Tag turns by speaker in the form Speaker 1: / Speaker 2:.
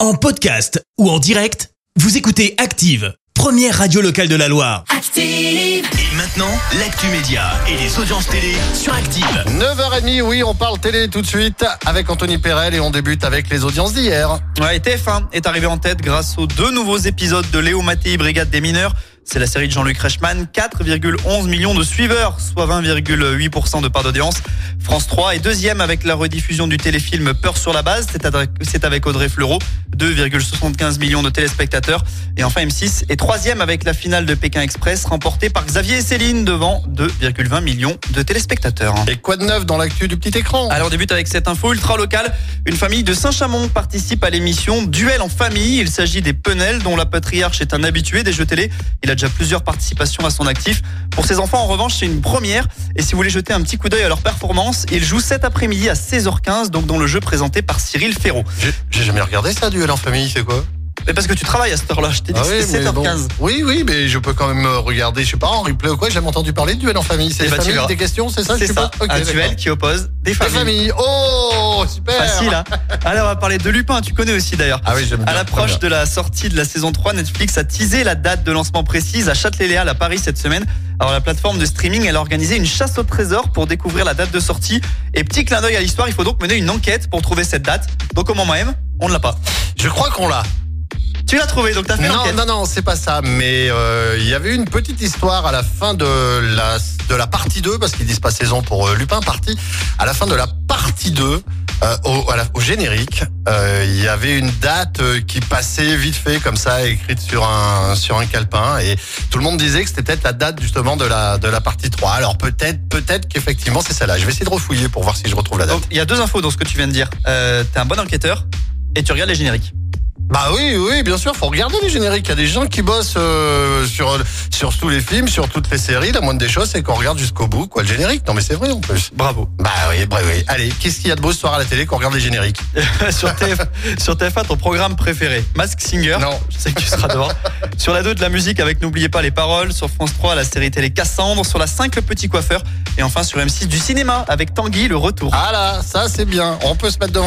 Speaker 1: En podcast ou en direct, vous écoutez Active, première radio locale de la Loire.
Speaker 2: Active,
Speaker 1: Et maintenant, l'actu média et les audiences télé sur Active.
Speaker 3: 9h30, oui, on parle télé tout de suite avec Anthony Perel et on débute avec les audiences d'hier.
Speaker 4: Ouais, et TF1 est arrivé en tête grâce aux deux nouveaux épisodes de Léo Mattei, Brigade des mineurs. C'est la série de Jean-Luc Reichmann, 4,11 millions de suiveurs, soit 20,8% de part d'audience. France 3 est deuxième avec la rediffusion du téléfilm Peur sur la base, c'est avec, c'est avec Audrey Fleurot, 2,75 millions de téléspectateurs. Et enfin M6 est troisième avec la finale de Pékin Express, remportée par Xavier et Céline devant 2,20 millions de téléspectateurs. hein.
Speaker 3: Et quoi de neuf dans l'actu du petit écran
Speaker 4: Alors on débute avec cette info ultra locale. Une famille de Saint-Chamond participe à l'émission Duel en famille. Il s'agit des Penel dont la patriarche est un habitué des jeux télé. Il a déjà plusieurs participations à son actif. Pour ses enfants en revanche c'est une première. Et si vous voulez jeter un petit coup d'œil à leur performance, ils jouent cet après-midi à 16h15 donc dans le jeu présenté par Cyril Ferraud.
Speaker 3: J'ai j'ai jamais regardé ça, duel en famille, c'est quoi
Speaker 4: Mais parce que tu travailles à cette heure-là, je t'ai dit
Speaker 3: Ah
Speaker 4: que
Speaker 3: oui,
Speaker 4: c'était
Speaker 3: mais
Speaker 4: 7h15.
Speaker 3: bon. Oui, oui, mais je peux quand même euh, regarder, je sais pas, en replay ou quoi, j'ai jamais entendu parler de duel en famille. C'est
Speaker 4: Eh
Speaker 3: les
Speaker 4: bah, tu
Speaker 3: familles,
Speaker 4: verras.
Speaker 3: des questions, c'est ça je
Speaker 4: C'est ça,
Speaker 3: suppose Ok,
Speaker 4: un
Speaker 3: d'accord.
Speaker 4: duel qui oppose des
Speaker 3: Des
Speaker 4: familles.
Speaker 3: familles, oh, super
Speaker 4: Facile, hein Allez, on va parler de Lupin, tu connais aussi d'ailleurs.
Speaker 3: Ah oui, j'aime bien.
Speaker 4: À l'approche de la sortie de la saison 3, Netflix a teasé la date de lancement précise à Châtelet-Léal à Paris cette semaine. Alors la plateforme de streaming, elle a organisé une chasse au trésor pour découvrir la date de sortie. Et petit clin d'œil à l'histoire, il faut donc mener une enquête pour trouver cette date. Donc au moment même, on ne l'a pas.
Speaker 3: Je crois qu'on l'a.
Speaker 4: Tu l'as trouvé, donc t'as fait
Speaker 3: Non,
Speaker 4: l'enquête.
Speaker 3: non, non, c'est pas ça. Mais euh, il y avait une petite histoire à la fin de la, de la partie 2, parce qu'ils disent pas saison pour euh, Lupin, partie. À la fin de la partie 2, euh, au, à la- au générique, euh, il y avait une date euh, qui passait vite fait, comme ça, écrite sur un, sur un calepin. Et tout le monde disait que c'était peut-être la date, justement, de la, de la partie 3. Alors peut-être, peut-être qu'effectivement, c'est celle-là. Je vais essayer de refouiller pour voir si je retrouve la date.
Speaker 4: Donc il y a deux infos dans ce que tu viens de dire. Euh, t'es un bon enquêteur et tu regardes les génériques.
Speaker 3: Bah oui, oui, bien sûr, faut regarder les génériques. Il y a des gens qui bossent euh, sur sur tous les films, sur toutes les séries. La moindre des choses, c'est qu'on regarde jusqu'au bout, quoi, le générique. Non, mais c'est vrai en plus.
Speaker 4: Bravo.
Speaker 3: Bah oui, bah oui. Allez, qu'est-ce qu'il y a de beau ce soir à la télé qu'on regarde les génériques
Speaker 4: sur, TF, sur TF1, ton programme préféré, Mask Singer.
Speaker 3: Non.
Speaker 4: Je sais que tu seras devant. Sur la 2 de la musique avec N'oubliez pas les paroles. Sur France 3, la série télé Cassandre. Sur la 5, le petit coiffeur. Et enfin sur M6, du cinéma avec Tanguy, le retour.
Speaker 3: Ah là, ça c'est bien. On peut se mettre devant.